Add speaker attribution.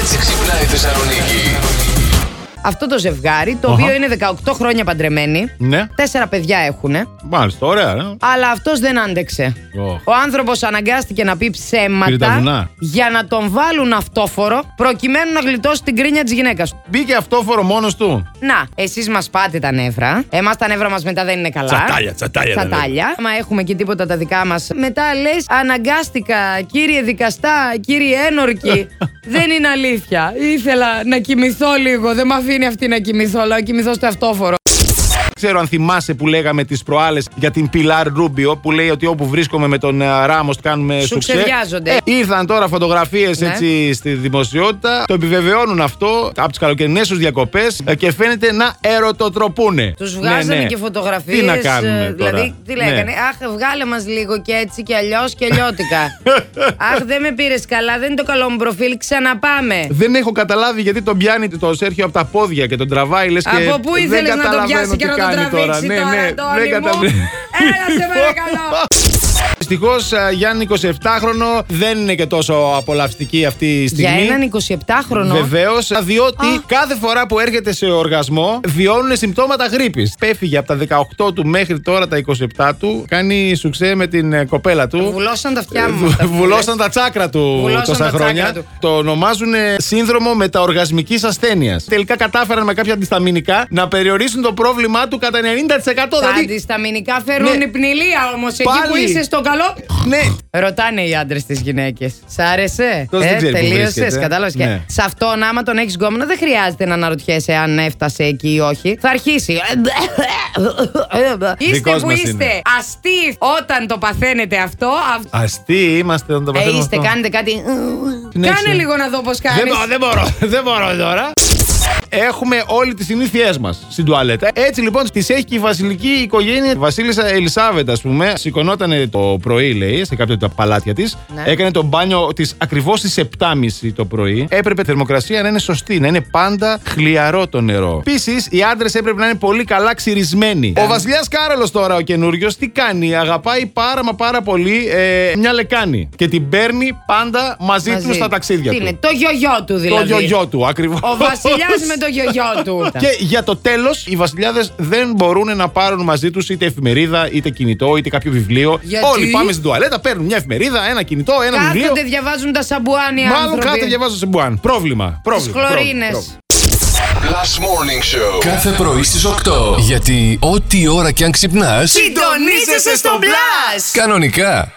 Speaker 1: έτσι ξυπνάει η Θεσσαλονίκη.
Speaker 2: Αυτό το ζευγάρι, το οποίο
Speaker 3: Αχα.
Speaker 2: είναι 18 χρόνια παντρεμένοι,
Speaker 3: Ναι.
Speaker 2: τέσσερα παιδιά έχουνε,
Speaker 3: Μάλιστα, ωραία. ναι.
Speaker 2: αλλά αυτός δεν άντεξε.
Speaker 3: Ωχ.
Speaker 2: Ο άνθρωπος αναγκάστηκε να πει
Speaker 3: Πήρε τα βουνά.
Speaker 2: ψέματα για να τον βάλουν αυτόφορο προκειμένου να γλιτώσει την κρίνια της γυναίκας του.
Speaker 3: Μπήκε αυτόφορο μόνος του.
Speaker 2: Να, εσείς μας πάτε τα νεύρα. Εμάς τα νεύρα μας μετά δεν είναι καλά.
Speaker 3: Τσατάλια, Ε, τσατάλια. τα λέμε.
Speaker 2: Τσατάλια. Μα έχουμε και τίποτα τα δικά μας. Μετά λες αναγκάστηκα, κύριε δικαστά, κύριε ένορκη. δεν είναι αλήθεια. Ήθελα να κοιμηθώ λίγο. Δεν με αφήνει αυτή να κοιμηθώ. Λέω κοιμηθώ στο αυτόφορο.
Speaker 3: Ξέρω αν θυμάσαι που λέγαμε τις προάλλες για την Πιλάρ Ρούμπιο που λέει ότι όπου βρίσκομαι με τον Ράμο κάνουμε
Speaker 2: Σου
Speaker 3: σουξέ.
Speaker 2: ξεδιάζονται.
Speaker 3: Ε, ήρθαν τώρα φωτογραφίες
Speaker 2: Ναι.
Speaker 3: έτσι στη δημοσιότητα. Το επιβεβαιώνουν αυτό από τις καλοκαιρινές τους διακοπές ε, και φαίνεται να ερωτοτροπούνε.
Speaker 2: Τους βγάζανε
Speaker 3: Ναι, ναι.
Speaker 2: και φωτογραφίες.
Speaker 3: Τι να κάνουμε. τώρα.
Speaker 2: Δηλαδή, τι
Speaker 3: Ναι.
Speaker 2: λέγανε. Αχ, βγάλε μας λίγο και έτσι και αλλιώς και λιώτικα. Αχ, δεν με πήρες καλά, δεν είναι το καλό μου προφίλ, ξαναπάμε.
Speaker 3: Δεν έχω καταλάβει γιατί τον πιάνει το Σέρχιο από τα πόδια και τον τραβάει. Λες, και
Speaker 2: Από πού
Speaker 3: δεν
Speaker 2: ήθελες να τον
Speaker 3: καταλαβαίνω
Speaker 2: πιάσει και
Speaker 3: τι
Speaker 2: να τον
Speaker 3: κάνει
Speaker 2: τραβήξει τώρα,
Speaker 3: Ναι, ναι,
Speaker 2: Αντώνη
Speaker 3: δεν
Speaker 2: μου.
Speaker 3: καταλαβαίνω.
Speaker 2: Έλα σε παρακαλώ.
Speaker 3: Δυστυχώς, Γιάννη 27χρονο δεν είναι και τόσο απολαυστική αυτή η
Speaker 2: Για
Speaker 3: στιγμή.
Speaker 2: έναν 27χρονο.
Speaker 3: Βεβαίως, διότι
Speaker 2: Α.
Speaker 3: κάθε φορά που έρχεται σε οργασμό βιώνουν συμπτώματα γρήπης. Πέφυγε από τα 18 του μέχρι τώρα τα 27 του, κάνει σουξέ με την ε, κοπέλα του.
Speaker 2: Βουλώσαν τα αυτιά μου.
Speaker 3: Βου-
Speaker 2: αυτά που
Speaker 3: Βουλώσαν τα τσάκρα του
Speaker 2: Βουλώσαν τα
Speaker 3: τόσα
Speaker 2: τσάκρα
Speaker 3: χρόνια.
Speaker 2: του.
Speaker 3: Το ονομάζουν ε, σύνδρομο μεταοργασμικής ασθένειας. Τελικά κατάφεραν με κάποια αντισταμινικά να περιορίσουν το πρόβλημά του κατά 90%.
Speaker 2: Τα
Speaker 3: Δηλαδή.
Speaker 2: αντισταμινικά φέρνουν
Speaker 3: Ναι.
Speaker 2: πνηλία όμως. Εκεί
Speaker 3: Πάλι.
Speaker 2: που είσαι στο καλό.
Speaker 3: Ναι,
Speaker 2: Ρωτάνε οι άντρες τις γυναίκες. Σ' άρεσε. Ε,
Speaker 3: Αυτός δεν ξέρει που
Speaker 2: τελείωσες.
Speaker 3: βρίσκεται.
Speaker 2: Κατάλαβες.
Speaker 3: Ναι.
Speaker 2: Σε αυτόν, άμα τον έχεις γκόμενο, δεν χρειάζεται να αναρωτιέσαι αν έφτασε εκεί ή όχι. Θα αρχίσει. είστε
Speaker 3: Δικός
Speaker 2: που
Speaker 3: μας
Speaker 2: είστε.
Speaker 3: είναι.
Speaker 2: Αστεί όταν το παθαίνετε αυτό. αυ-
Speaker 3: αστεί είμαστε να το
Speaker 2: Ε,
Speaker 3: παθαίνουμε
Speaker 2: είστε,
Speaker 3: αυτό.
Speaker 2: κάνετε κάτι.
Speaker 3: Συνέχισε.
Speaker 2: Κάνε λίγο να δω πώς
Speaker 3: Δεν
Speaker 2: κάνεις.
Speaker 3: μπορώ, δεν μπορώ, δεν μπορώ τώρα. Έχουμε όλοι τις συνήθειές μας στην τουαλέτα. Έτσι λοιπόν τις έχει και η βασιλική οικογένεια. Η Βασίλισσα Ελισάβετα, ας πούμε, σηκωνόταν το πρωί, λέει, σε κάποια από τα παλάτια της.
Speaker 2: Ναι.
Speaker 3: Έκανε το μπάνιο της ακριβώς στις 7.30 το πρωί. Έπρεπε η θερμοκρασία να είναι σωστή, να είναι πάντα χλιαρό το νερό. Επίσης, οι άντρες έπρεπε να είναι πολύ καλά ξυρισμένοι.
Speaker 2: Ναι.
Speaker 3: Ο Βασιλιάς Κάρολος τώρα, ο καινούριος, τι κάνει. Αγαπάει πάρα μα πάρα πολύ ε, μια λεκάνη. Και την παίρνει πάντα μαζί,
Speaker 2: Μαζί.
Speaker 3: του στα ταξίδια
Speaker 2: Τι
Speaker 3: του.
Speaker 2: είναι, το γιογιό του δηλαδή.
Speaker 3: Το γιογιό του, ακριβώς.
Speaker 2: Ο βασιλιάς με το γιογιό του.
Speaker 3: Και για το τέλος, οι βασιλιάδες δεν μπορούν να πάρουν μαζί τους είτε εφημερίδα, είτε κινητό, είτε κάποιο βιβλίο.
Speaker 2: Γιατί?
Speaker 3: Όλοι πάμε στην τουαλέτα, παίρνουν μια εφημερίδα, ένα κινητό, ένα βιβλίο.
Speaker 2: Κάθονται, διαβάζουν τα σαμπουάνια.
Speaker 3: Μάλλον κάθεται διαβάζω σε μπουάν. Πρόβλημα.
Speaker 2: Τις
Speaker 3: πρόβλημα,
Speaker 2: χλωρίνες.
Speaker 3: πρόβλημα, πρόβλημα.
Speaker 1: Last Morning Show.
Speaker 4: Κάθε πρωί στις 8. Γιατί ό,τι ώρα κι αν ξυπνάς,
Speaker 2: Συντονίζεσαι στο μπλα!
Speaker 4: κανονικά.